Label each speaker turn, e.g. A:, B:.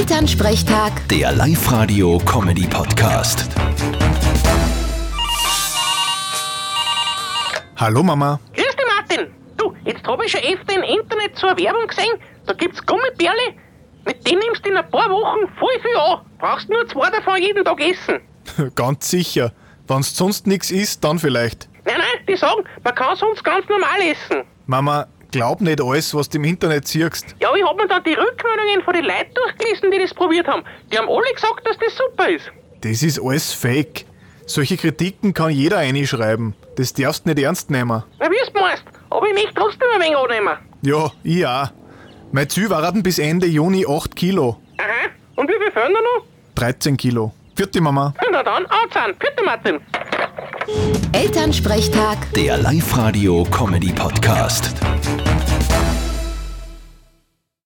A: Elternsprechtag,
B: Der Live-Radio-Comedy-Podcast.
C: Hallo Mama.
D: Grüß dich, Martin. Du, jetzt hab ich schon öfter im Internet so eine Werbung gesehen. Da gibt's Gummibärle. Mit denen nimmst du in ein paar Wochen voll viel an. Brauchst nur zwei davon jeden Tag essen.
C: Ganz sicher. Wenn's sonst nix ist, dann vielleicht.
D: Nein, nein, die sagen, man kann sonst ganz normal essen.
C: Mama, glaub nicht alles, was du im Internet siehst.
D: Ja, ich hab mir dann die Rückmeldungen von den Leuten durchgelesen, die das probiert haben. Die haben alle gesagt, dass das super ist.
C: Das ist alles Fake. Solche Kritiken kann jeder einschreiben. Das darfst nicht ernst nehmen.
D: Na, wie es meinst. Aber ich möchte trotzdem ein wenig annehmen.
C: Ja, ich auch. Mein Ziel waren bis Ende Juni 8 Kilo.
D: Aha. Und wie viel fehlen da noch?
C: 13 Kilo. Vierte Mama.
D: Na dann, anzahlen. Bitte, Martin.
A: Elternsprechtag.
B: Der Live-Radio-Comedy-Podcast.